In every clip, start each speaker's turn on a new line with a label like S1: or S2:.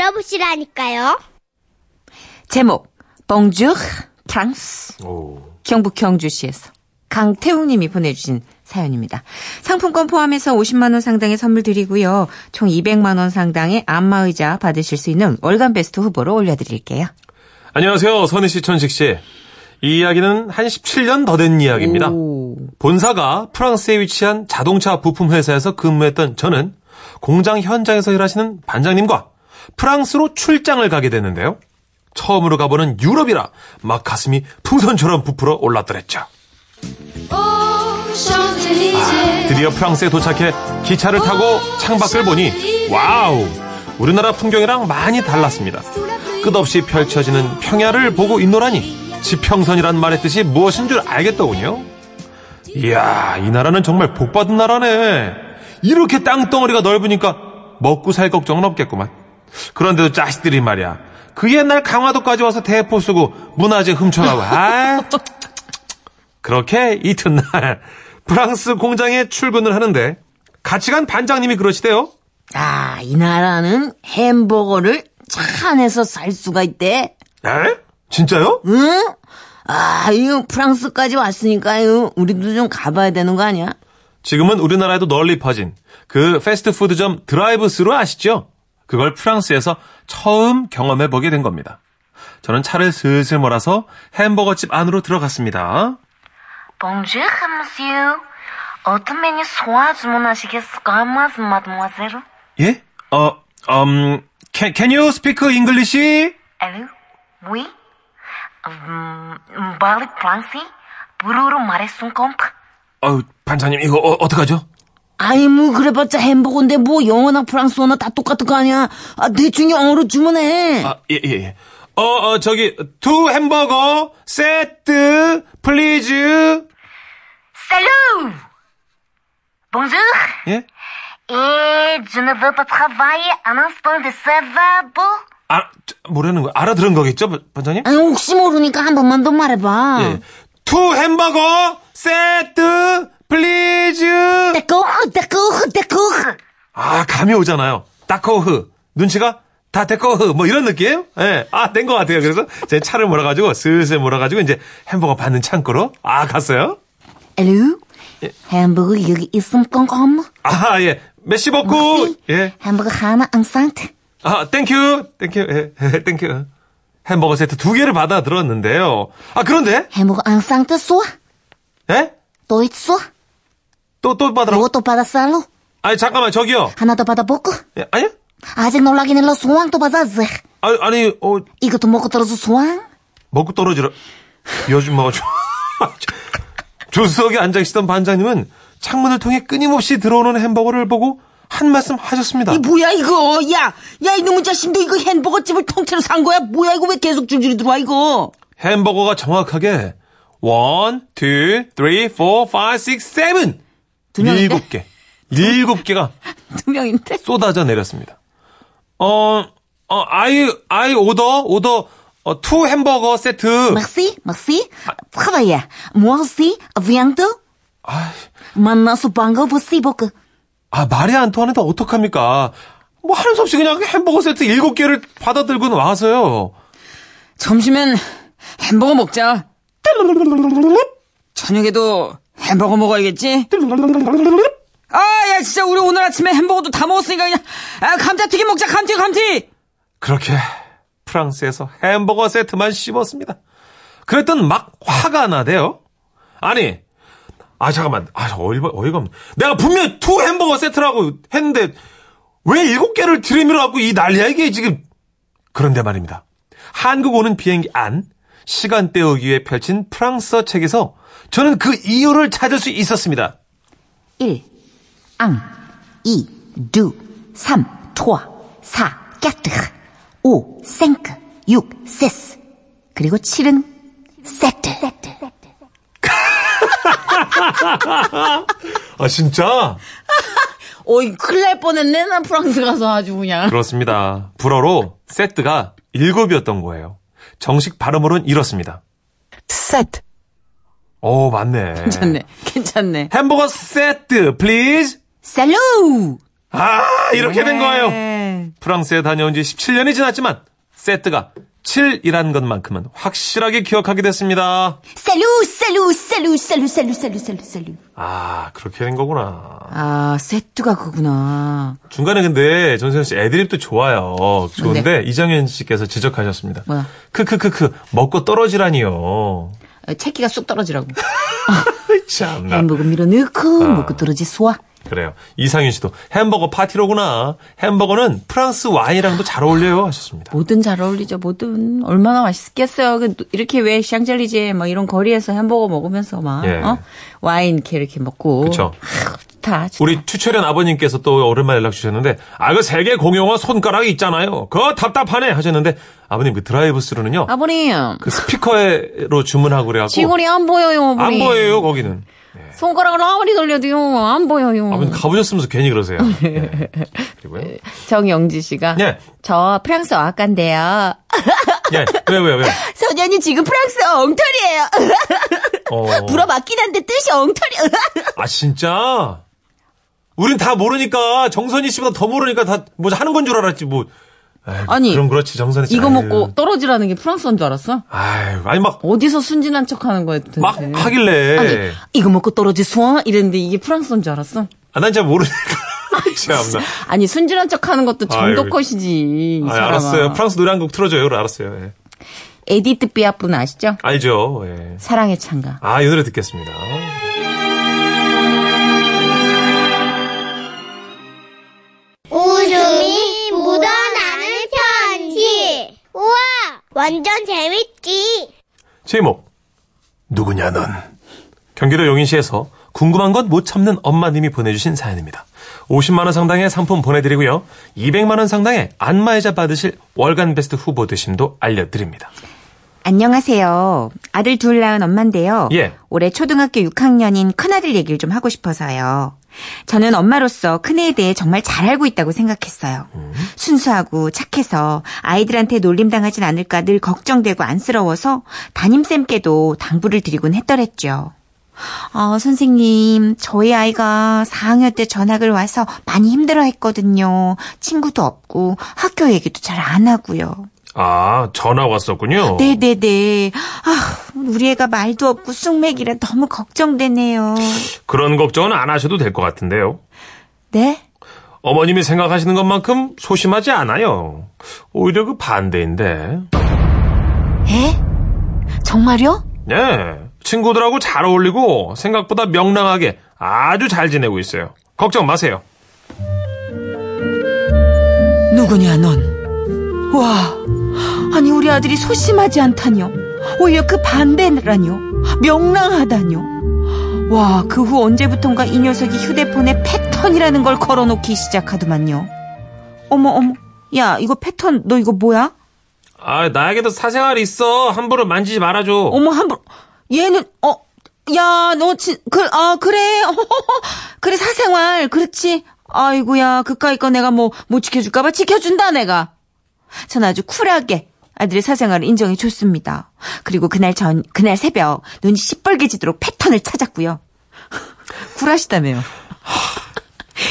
S1: 알아보시라니까요.
S2: 제목 봉주르 프랑스
S3: 오.
S2: 경북 경주시에서 강태웅 님이 보내주신 사연입니다. 상품권 포함해서 50만 원 상당의 선물 드리고요. 총 200만 원 상당의 안마의자 받으실 수 있는 월간 베스트 후보로 올려드릴게요.
S3: 안녕하세요. 선희 씨, 천식 씨. 이 이야기는 한 17년 더 된 이야기입니다.
S2: 오.
S3: 본사가 프랑스에 위치한 자동차 부품 회사에서 근무했던 저는 공장 현장에서 일하시는 반장님과 프랑스로 출장을 가게 됐는데요. 처음으로 가보는 유럽이라 막 가슴이 풍선처럼 부풀어 올랐더랬죠. 드디어 프랑스에 도착해 기차를 타고 창밖을 보니 와우! 우리나라 풍경이랑 많이 달랐습니다. 끝없이 펼쳐지는 평야를 보고 있노라니 지평선이란 말의 뜻이 무엇인 줄 알겠더군요. 이야, 이 나라는 정말 복받은 나라네. 이렇게 땅덩어리가 넓으니까 먹고 살 걱정은 없겠구만. 그런데도 자식들이 말이야. 그 옛날 강화도까지 와서 대포 쓰고 문화재 훔쳐가고, 아. 그렇게 이튿날 프랑스 공장에 출근을 하는데 같이 간 반장님이 그러시대요.
S2: 아, 이 나라는 햄버거를 차 안에서 살 수가 있대.
S3: 에? 진짜요?
S2: 응? 아, 이거 프랑스까지 왔으니까 요 우리도 좀 가봐야 되는 거 아니야?
S3: 지금은 우리나라에도 널리 퍼진 그 패스트푸드점 드라이브스루 아시죠? 그걸 프랑스에서 처음 경험해 보게 된 겁니다. 저는 차를 슬슬 몰아서 햄버거집 안으로 들어갔습니다.
S4: Bonjour, monsieur. 어떤 메뉴 소화 주문하시겠습니까? Mas, mademoiselle.
S3: 예? 어, 음, can, can you speak English?
S4: Allô? Oui? 음, 음, parle français? 불어로 말했으면 contre?
S3: 어, 반장님, 이거 어, 어떡하죠?
S2: 아이, 뭐, 그래봤자 햄버거인데, 뭐, 영어나 프랑스어나 다 똑같은 거 아니야? 아, 대충 영어로 주문해.
S3: 아, 예, 예, 예. 어, 어, 저기, 두 햄버거, 세트, 플리즈.
S4: Salut! Bonjour!
S3: 예?
S4: Et je ne veux pas travailler un instant de ça va, bon?
S3: 아, 저, 뭐라는 거야? 알아들은 거겠죠, 반- 반장님?
S2: 아, 혹시 모르니까 한 번만 더 말해봐.
S3: 예. 투 햄버거, 세트, 플리즈.
S2: 따꺼, 따꺼, 따꺼.
S3: 아, 감이 오잖아요. 따코흐. 눈치가 다 데코흐. 뭐 이런 느낌? 예. 아, 된 것 같아요. 그래서 제 차를 몰아가지고, 슬슬 몰아가지고, 이제 햄버거 받는 창고로. 아, 갔어요?
S2: 알로?
S3: 예.
S2: 햄버거 여기 있음 꽁꽁.
S3: 아, 예. 메시 버쿠. 예.
S2: 햄버거 하나 앙상트.
S3: 아, 땡큐. 땡큐. 예. 땡큐. 햄버거 세트 두 개를 받아 들었는데요. 아, 그런데?
S2: 햄버거 앙상트 쏘아.
S3: 예?
S2: 또 있어?
S3: 또, 또 받으라고?
S2: 그것도 받아 쌀로.
S3: 아니, 잠깐만, 저기요.
S2: 하나 더 받아 먹고.
S3: 예, 아니?
S2: 아직 놀라긴 일러 소왕도 받아 즈.
S3: 아니, 아니, 어,
S2: 이것도 먹고 떨어져 소왕.
S3: 먹고 떨어지라. 이 아줌마가 조, 조수석에 앉아 계시던 반장님은 창문을 통해 끊임없이 들어오는 햄버거를 보고 한 말씀 하셨습니다.
S2: 이 뭐야 이거 야 야 이놈의 자식 너 이거 햄버거집을 통째로 산 거야 뭐야 이거 왜 계속 줄줄이 들어와 이거
S3: 햄버거가 정확하게 1, 2, 3, 4, 5, 6, 7!
S2: 두 명인데?
S3: 일곱 개. 일곱 개가
S2: 두 명인데
S3: 쏟아져 내렸습니다. 어, 어, 아이, 아이 오더, 오더, 어, 투 햄버거 세트.
S2: merci merci travailler moi aussi bientôt
S3: 아,
S2: 만나서 반가웠어 보크
S3: 아, 말이 안 통하는데 어떡합니까? 뭐 하는 수 없이 그냥 햄버거 세트 일곱 개를 받아들고 와서요.
S2: 점심엔 햄버거 먹자 저녁에도 햄버거 먹어야겠지 아 야 진짜 우리 오늘 아침에 햄버거도 다 먹었으니까 그냥 아 감자튀김 먹자 감튀 감튀
S3: 그렇게 프랑스에서 햄버거 세트만 씹었습니다. 그랬던 막 화가 나대요. 아니, 아 잠깐만, 아 어이가 어이가 없네. 내가 분명 투 햄버거 세트라고 했는데 왜 일곱 개를 들이밀어 갖고 이 난리야 이게 지금. 그런데 말입니다. 한국 오는 비행기 안 시간 때우기 위해 펼친 프랑스어 책에서 저는 그 이유를 찾을 수 있었습니다.
S2: 1. 앙. 2. 두. 3. 토아. 4. 깨뜨. 5. 생크. 6. 세스. 그리고 7은 세트.
S3: 아 진짜?
S5: 어이, 큰일 날 뻔했네. 난 프랑스 가서 아주 그냥.
S3: 그렇습니다. 불어로 세트가 일곱이었던 거예요. 정식 발음으로는 이렇습니다.
S5: 세트.
S3: 오, 맞네.
S5: 괜찮네. 괜찮네.
S3: 햄버거 세트, please.
S2: 셀루!
S3: 아, 이렇게 된 거예요.
S4: 네.
S3: 프랑스에 다녀온 지 17년이 지났지만 세트가 7이란 것만큼은 확실하게 기억하게 됐습니다.
S6: Salut, salut, salut, salut, salut, salut, salut, salut.
S3: 아, 그렇게 된 거구나.
S4: 아, 세트가 그구나.
S3: 중간에 근데 전세현 씨 애드립도 좋아요. 좋은데 이정현 씨께서 지적하셨습니다.
S4: 네. 뭐야?
S3: 크크크크 먹고 떨어지라니요.
S4: 어, 채기가 쑥 떨어지라고.
S3: 참나.
S4: 햄버거
S3: 아.
S4: 밀어넣고 먹고 떨어지 소화.
S3: 그래요. 이상윤 씨도 햄버거 파티로구나. 햄버거는 프랑스 와인이랑도 잘 어울려요 하셨습니다.
S4: 뭐든 잘 어울리죠, 뭐든. 얼마나 맛있겠어요. 그, 이렇게 왜 샹젤리제 막 이런 거리에서 햄버거 먹으면서 막,
S3: 예.
S4: 어? 와인 이렇게 이렇게 먹고.
S3: 그쵸.
S4: 아, 좋다, 좋다.
S3: 우리 추철현 아버님께서 또 오랜만에 연락 주셨는데 아 그 세계 공용어 손가락이 있잖아요. 그거 답답하네 하셨는데 아버님 그 드라이브 스루는요.
S4: 아버님,
S3: 그 스피커로 주문하고 그래갖고
S4: 지구리 안 보여요,
S3: 안
S4: 아버님.
S3: 보여요 거기는.
S4: 손가락을 아무리 돌려도요, 안 보여요.
S3: 아버님 가보셨으면서 괜히 그러세요.
S4: 음.
S3: 네. 그리고요.
S4: 정영지 씨가.
S3: 예.
S4: 저 프랑스 어학간데요. 아,
S3: 예. 왜요 왜요 왜요.
S6: 소년이 지금 프랑스 엉터리예요.
S3: 어.
S6: 불어맞긴 한데 뜻이 엉터리.
S3: 아 진짜? 우린 다 모르니까 정선희 씨보다 더 모르니까 다 뭐 하는 건 줄 알았지 뭐. 아이,
S4: 아니,
S3: 그럼 그렇지 정선희 씨.
S4: 이거
S3: 아유.
S4: 먹고 떨어지라는 게 프랑스어인 줄 알았어?
S3: 아유 아니 막 막
S4: 어디서 순진한 척 하는 거야, 도대체.
S3: 하길래.
S4: 네. 아니, 이거 먹고 떨어지 소화? 이랬는데 이게 프랑스어인 줄 알았어?
S3: 아, 난 잘 모르니까. 참나.
S4: 아니 순진한 척 하는 것도 정도
S3: 아유.
S4: 컷이지. 이
S3: 아,
S4: 사람아.
S3: 알았어요. 프랑스 노래 한 곡 틀어줘요. 그래, 알았어요. 예.
S4: 에디트 비아분 아시죠?
S3: 알죠. 예.
S4: 사랑의 창가.
S3: 아, 이 노래 듣겠습니다.
S1: 웃음이 묻어나는 편지. 우와, 완전 재밌지.
S3: 제목. 누구냐, 넌. 경기도 용인시에서 궁금한 건 못 참는 엄마님이 보내주신 사연입니다. 50만원 상당의 상품 보내드리고요. 200만원 상당의 안마의자 받으실 월간 베스트 후보 되심도 알려드립니다.
S4: 안녕하세요. 아들 둘 낳은 엄마인데요.
S3: 예.
S4: 올해 초등학교 6학년인 큰아들 얘기를 좀 하고 싶어서요. 저는 엄마로서 큰애에 대해 정말 잘 알고 있다고 생각했어요. 순수하고 착해서 아이들한테 놀림당하진 않을까 늘 걱정되고 안쓰러워서 담임쌤께도 당부를 드리곤 했더랬죠. 아, 선생님, 저희 아이가 4학년 때 전학을 와서 많이 힘들어 했거든요. 친구도 없고 학교 얘기도 잘 안 하고요.
S3: 아, 전화 왔었군요.
S4: 네네네. 아, 우리 애가 말도 없고 쑥맥이라 너무 걱정되네요.
S3: 그런 걱정은 안 하셔도 될 것 같은데요.
S4: 네?
S3: 어머님이 생각하시는 것만큼 소심하지 않아요. 오히려 그 반대인데.
S4: 에? 정말요?
S3: 네. 친구들하고 잘 어울리고 생각보다 명랑하게 아주 잘 지내고 있어요. 걱정 마세요.
S4: 누구냐 넌? 와, 아니 우리 아들이 소심하지 않다뇨. 오히려 그 반대라뇨. 명랑하다뇨. 와, 그 후 언제부턴가 이 녀석이 휴대폰에 패턴이라는 걸 걸어놓기 시작하더만요. 어머 어머, 야 이거 패턴 너 이거 뭐야?
S3: 아, 나에게도 사생활이 있어. 함부로 만지지 말아줘.
S4: 어머 함부로 얘는 어. 야, 너, 진, 그, 아, 그래. 그래, 사생활. 그렇지. 아이고야, 그까이 거 내가 뭐, 못 지켜줄까봐 지켜준다, 내가. 전 아주 쿨하게 아들의 사생활을 인정해줬습니다. 그리고 그날 전, 그날 새벽, 눈이 시뻘게 지도록 패턴을 찾았고요. 쿨하시다며요.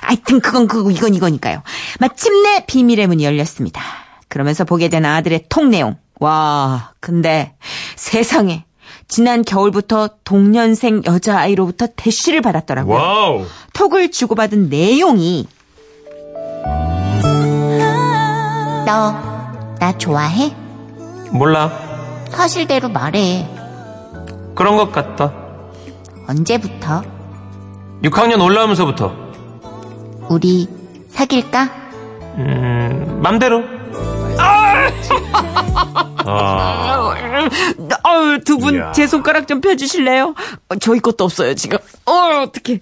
S4: 하여튼 그건 그거 이건 이거니까요. 마침내 비밀의 문이 열렸습니다. 그러면서 보게 된 아들의 통 내용. 와, 근데 세상에 지난 겨울부터 동년생 여자아이로부터 대쉬를 받았더라고요.
S3: 와우.
S4: 톡을 주고받은 내용이
S6: 너 나 좋아해?
S3: 몰라.
S6: 사실대로 말해.
S3: 그런 것 같다.
S6: 언제부터
S3: 6학년 올라오면서부터.
S6: 우리 사귈까?
S3: 음, 맘대로. 아!
S4: 어우, 두 분
S3: 이야.
S4: 제 손가락 좀 펴주실래요? 어, 저희 것도 없어요, 지금. 어, 어떡해.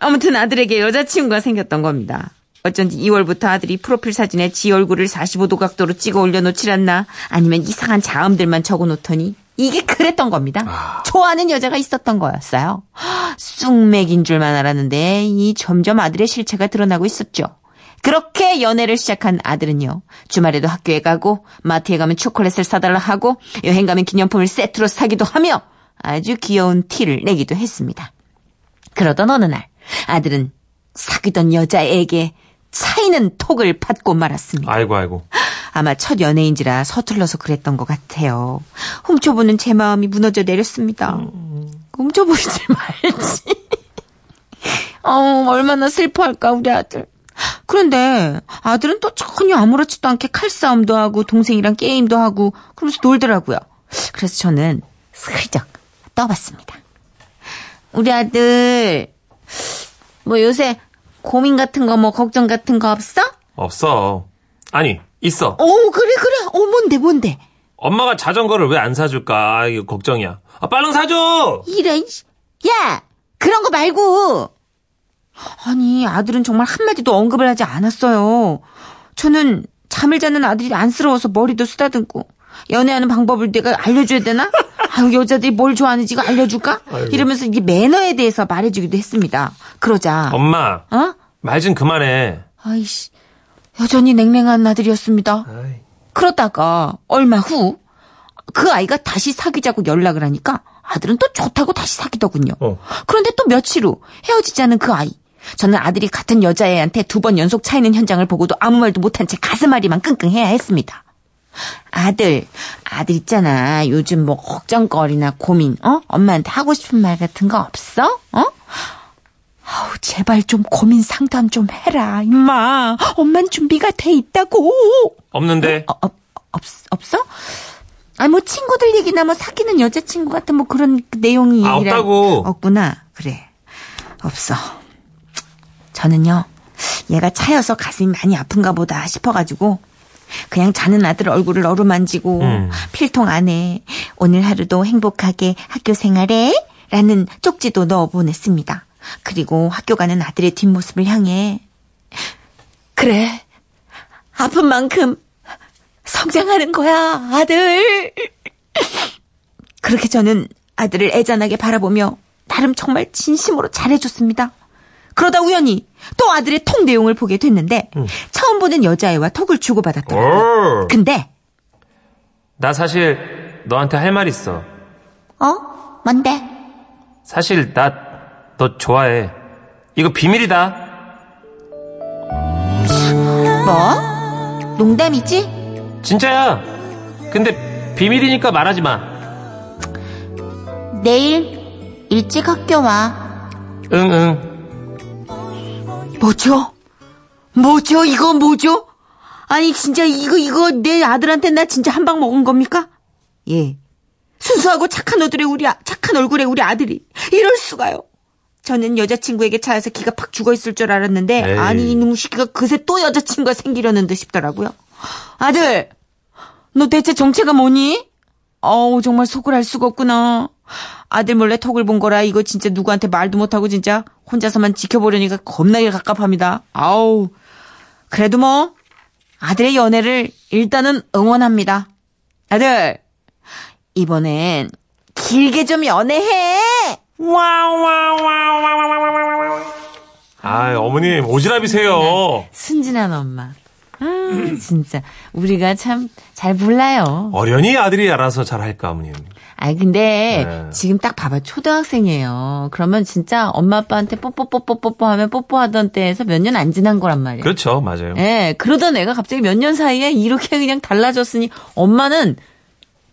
S4: 아무튼 아들에게 여자친구가 생겼던 겁니다. 어쩐지 2월부터 아들이 프로필 사진에 지 얼굴을 45도 각도로 찍어 올려놓질 않나 아니면 이상한 자음들만 적어놓더니 이게 그랬던 겁니다. 좋아하는 여자가 있었던 거였어요. 쑥맥인 줄만 알았는데 이 점점 아들의 실체가 드러나고 있었죠. 그렇게 연애를 시작한 아들은요. 주말에도 학교에 가고 마트에 가면 초콜릿을 사달라 하고 여행 가면 기념품을 세트로 사기도 하며 아주 귀여운 티를 내기도 했습니다. 그러던 어느 날 아들은 사귀던 여자에게 차이는 톡을 받고 말았습니다.
S3: 아이고 아이고.
S4: 아마 첫 연애인지라 서툴러서 그랬던 것 같아요. 훔쳐보는 제 마음이 무너져 내렸습니다. 훔쳐보지 말지. 어, 얼마나 슬퍼할까, 우리 아들. 그런데 아들은 또 전혀 아무렇지도 않게 칼싸움도 하고 동생이랑 게임도 하고 그러면서 놀더라고요. 그래서 저는 슬쩍 떠봤습니다. 우리 아들, 뭐 요새 고민 같은 거 뭐 걱정 같은 거 없어?
S3: 없어. 아니 있어.
S4: 오, 그래, 그래. 어, 뭔데, 뭔데.
S3: 엄마가 자전거를 왜 안 사줄까? 아, 이거 걱정이야. 아, 빨랑 사줘!
S4: 이런, 씨. 야! 그런 거 말고! 아니, 아들은 정말 한마디도 언급을 하지 않았어요. 저는 잠을 자는 아들이 안쓰러워서 머리도 쓰다듬고, 연애하는 방법을 내가 알려줘야 되나? 아유, 여자들이 뭘 좋아하는지 이거 알려줄까? 이러면서 이게 매너에 대해서 말해주기도 했습니다. 그러자,
S3: 엄마,
S4: 어?
S3: 말 좀 그만해.
S4: 아이씨, 여전히 냉랭한 아들이었습니다.
S3: 아이,
S4: 그러다가 얼마 후 그 아이가 다시 사귀자고 연락을 하니까 아들은 또 좋다고 다시 사귀더군요.
S3: 어.
S4: 그런데 또 며칠 후 헤어지자는 그 아이. 저는 아들이 같은 여자애한테 두 번 연속 차이는 현장을 보고도 아무 말도 못한 채 가슴앓이만 끙끙해야 했습니다. 아들, 아들 있잖아. 요즘 뭐 걱정거리나 고민, 어? 엄마한테 하고 싶은 말 같은 거 없어? 어? 아우, 제발 좀 고민 상담 좀 해라, 임마. 엄만 준비가 돼 있다고.
S3: 없는데.
S4: 어, 어, 없, 없어? 아니, 뭐, 친구들 얘기나 뭐, 사귀는 여자친구 같은 뭐 그런 그 내용이.
S3: 아,
S4: 아니라-
S3: 없다고.
S4: 없구나. 그래. 없어. 저는요, 얘가 차여서 가슴이 많이 아픈가 보다 싶어가지고, 그냥 자는 아들 얼굴을 어루만지고,
S3: 음.
S4: 필통 안에, 오늘 하루도 행복하게 학교 생활해! 라는 쪽지도 넣어 보냈습니다. 그리고 학교 가는 아들의 뒷모습을 향해, 그래. 아픈 만큼 성장하는 거야, 아들. 그렇게 저는 아들을 애잔하게 바라보며 나름 정말 진심으로 잘해줬습니다. 그러다 우연히 또 아들의 통 내용을 보게 됐는데 처음 보는 여자애와 톡을 주고받았더라고요.
S3: 어.
S4: 근데
S3: 나 사실 너한테 할 말 있어.
S6: 어? 뭔데?
S3: 사실 나 너 좋아해. 이거 비밀이다.
S4: 뭐? 농담이지?
S3: 진짜야. 근데 비밀이니까 말하지 마.
S6: 내일 일찍 학교 와.
S3: 응응.
S4: 뭐죠? 뭐죠? 이거 뭐죠? 아니 진짜 이거 이거 내 아들한테 나 진짜 한 방 먹은 겁니까? 예. 순수하고 착한 얼굴에 우리 아- 착한 얼굴에 우리 아들이 이럴 수가요. 저는 여자친구에게 차여서 기가 팍 죽어 있을 줄 알았는데
S3: 에이.
S4: 아니 이놈 시기가 그새 또 여자친구가 생기려는 듯 싶더라고요. 아들, 너 대체 정체가 뭐니? 어우 정말 속을 알 수가 없구나. 아들 몰래 톡을 본 거라 이거 진짜 누구한테 말도 못하고 진짜 혼자서만 지켜보려니까 겁나게 갑갑합니다. 아우 그래도 뭐 아들의 연애를 일단은 응원합니다. 아들, 이번엔 길게 좀 연애해!
S3: 아, 어머님 오지랖이세요.
S4: 순진한 엄마. 아, 진짜. 우리가 참 잘 몰라요.
S3: 어련히 아들이 알아서 잘 할까 어머님.
S4: 아니, 근데
S3: 네.
S4: 지금 딱 봐봐. 초등학생이에요. 그러면 진짜 엄마 아빠한테 뽀뽀뽀뽀뽀뽀 하면 뽀뽀하던 때에서 몇 년 안 지난 거란 말이에요.
S3: 그렇죠, 맞아요.
S4: 예, 그러던 애가 갑자기 몇 년 사이에 이렇게 그냥 달라졌으니 엄마는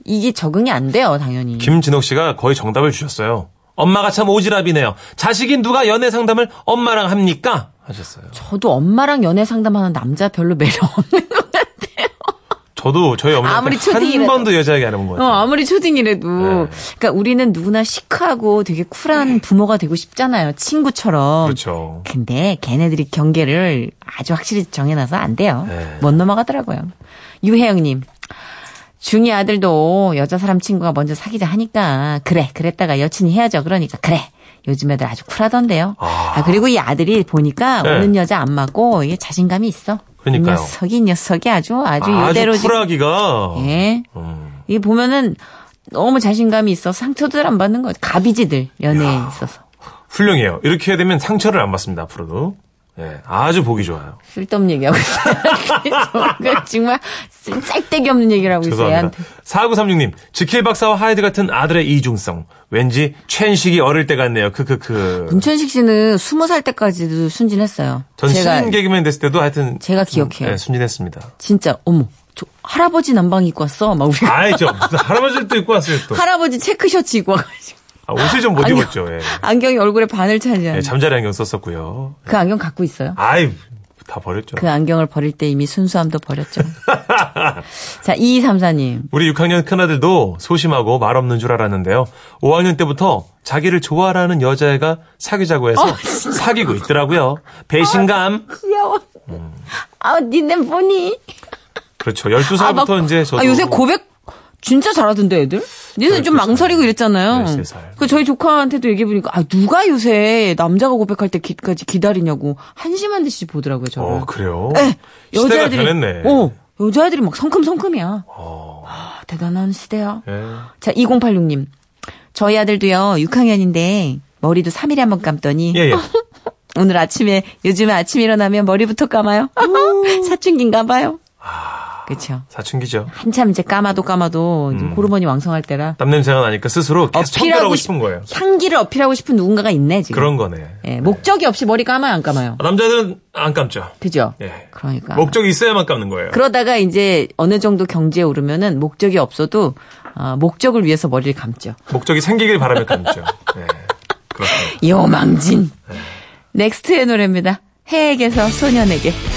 S4: 이게 적응이 안 돼요, 당연히.
S3: 김진옥 씨가 거의 정답을 주셨어요. 엄마가 참 오지랖이네요. 자식인 누가 연애 상담을 엄마랑 합니까? 하셨어요.
S4: 저도 엄마랑 연애 상담하는 남자 별로 매력 없는 것 같아요.
S3: 저도 저희
S4: 아무리
S3: 어머니한테 한
S4: 초딩이라도.
S3: 번도 여자에게 안 해본 것
S4: 어,
S3: 같아요.
S4: 아무리 초딩이라도.
S3: 네.
S4: 그러니까 우리는 누구나 시크하고 되게 쿨한 부모가 되고 싶잖아요. 친구처럼.
S3: 그렇죠.
S4: 근데 걔네들이 경계를 아주 확실히 정해놔서 안 돼요.
S3: 네.
S4: 못 넘어가더라고요. 유혜영님. 중이 아들도 여자 사람 친구가 먼저 사귀자 하니까 그래 그랬다가 여친이 헤어져 그러니까 그래 요즘 애들 아주 쿨하던데요.
S3: 아.
S4: 아, 그리고 이 아들이 보니까
S3: 네.
S4: 오는 여자 안 맞고 이게 자신감이 있어.
S3: 그러니까요.
S4: 이 녀석이 이 녀석이 아주 아주
S3: 아주
S4: 요대로 지금-
S3: 쿨하기가.
S4: 예.
S3: 음.
S4: 이게 보면은 너무 자신감이 있어 상처들 안 받는 거죠. 갑이지들 연애에 있어서.
S3: 훌륭해요. 이렇게 해야 되면 상처를 안 받습니다, 앞으로도. 예, 아주 보기 좋아요.
S2: 쓸데없는 얘기하고 있어요. 정말, 정말 쓸데기 없는 얘기를 하고 있어요.
S3: 죄송합니다.
S2: 얘한테.
S3: 4936님, 지킬 박사와 하이드 같은 아들의 이중성. 왠지 첸식이 어릴 때 같네요. 크크크.
S2: 문천식 씨는 스무 살 때까지도 순진했어요.
S3: 전
S2: 제가
S3: 신인 개그맨 됐을 때도 하여튼.
S2: 제가 기억해요.
S3: 예, 순진했습니다.
S2: 진짜 어머 저 할아버지 남방 입고 왔어. 막 우리
S3: 아이, 저, 무슨 할아버지를 또 입고 왔어요, 또.
S2: 할아버지 체크 셔츠 입고 와가지고
S3: 아, 옷을 좀 못
S2: 안경-
S3: 입었죠, 예.
S2: 안경이 얼굴에 반을 차지하는.
S3: 예, 잠자리 안경 썼었고요.
S2: 그 안경 갖고 있어요.
S3: 아이, 다 버렸죠.
S2: 그 안경을 버릴 때 이미 순수함도 버렸죠. 자, 2234님.
S3: 우리 6학년 큰아들도 소심하고 말 없는 줄 알았는데요. 5학년 때부터 자기를 좋아하는 여자애가 사귀자고 해서
S2: 아,
S3: 사귀고 있더라고요. 배신감.
S2: 귀여워. 아, 니네 뭐니?
S3: 그렇죠. 12살부터 이제 저도
S2: 아, 요새 고백 진짜 잘하던데, 애들? 니네 좀
S3: 12살.
S2: 망설이고 이랬잖아요.
S3: 네, 13살.
S2: 그 저희 조카한테도 얘기해보니까, 아, 누가 요새 남자가 고백할 때까지 기다리냐고 한심한 듯이 보더라고요, 저를.
S3: 어, 그래요.
S2: 예,
S3: 시대가 변했네. 어.
S2: 어, 여자애들이 막 성큼성큼이야. 아, 대단한 시대야.
S3: 예.
S2: 자, 2086님. 저희 아들도요, 6학년인데, 머리도 3일에 한 번 감더니,
S3: 예, 예.
S2: 오늘 아침에, 요즘에 아침 일어나면 머리부터 감아요. 사춘기인가 봐요. 그쵸.
S3: 사춘기죠.
S2: 한참 이제 까마도 까마도, 이제
S3: 음.
S2: 호르몬이 왕성할 때라,
S3: 땀냄새가 나니까 스스로 계속 청결하고 싶은 거예요.
S2: 향기를 어필하고 싶은 누군가가 있네, 지금.
S3: 그런 거네.
S2: 예, 목적이 없이 머리 감아요, 안 감아요?
S3: 아, 남자들은 안 감죠.
S2: 그죠?
S3: 예.
S2: 그러니까.
S3: 목적이 있어야만 감는 거예요.
S2: 그러다가 이제 어느 정도 경제에 오르면은 목적이 없어도 아, 목적을 위해서 머리를 감죠.
S3: 목적이 생기길 바라며 감죠. 예. 그렇습니다.
S2: 네. 요망진. 넥스트의 노래입니다. 해에게서 소년에게.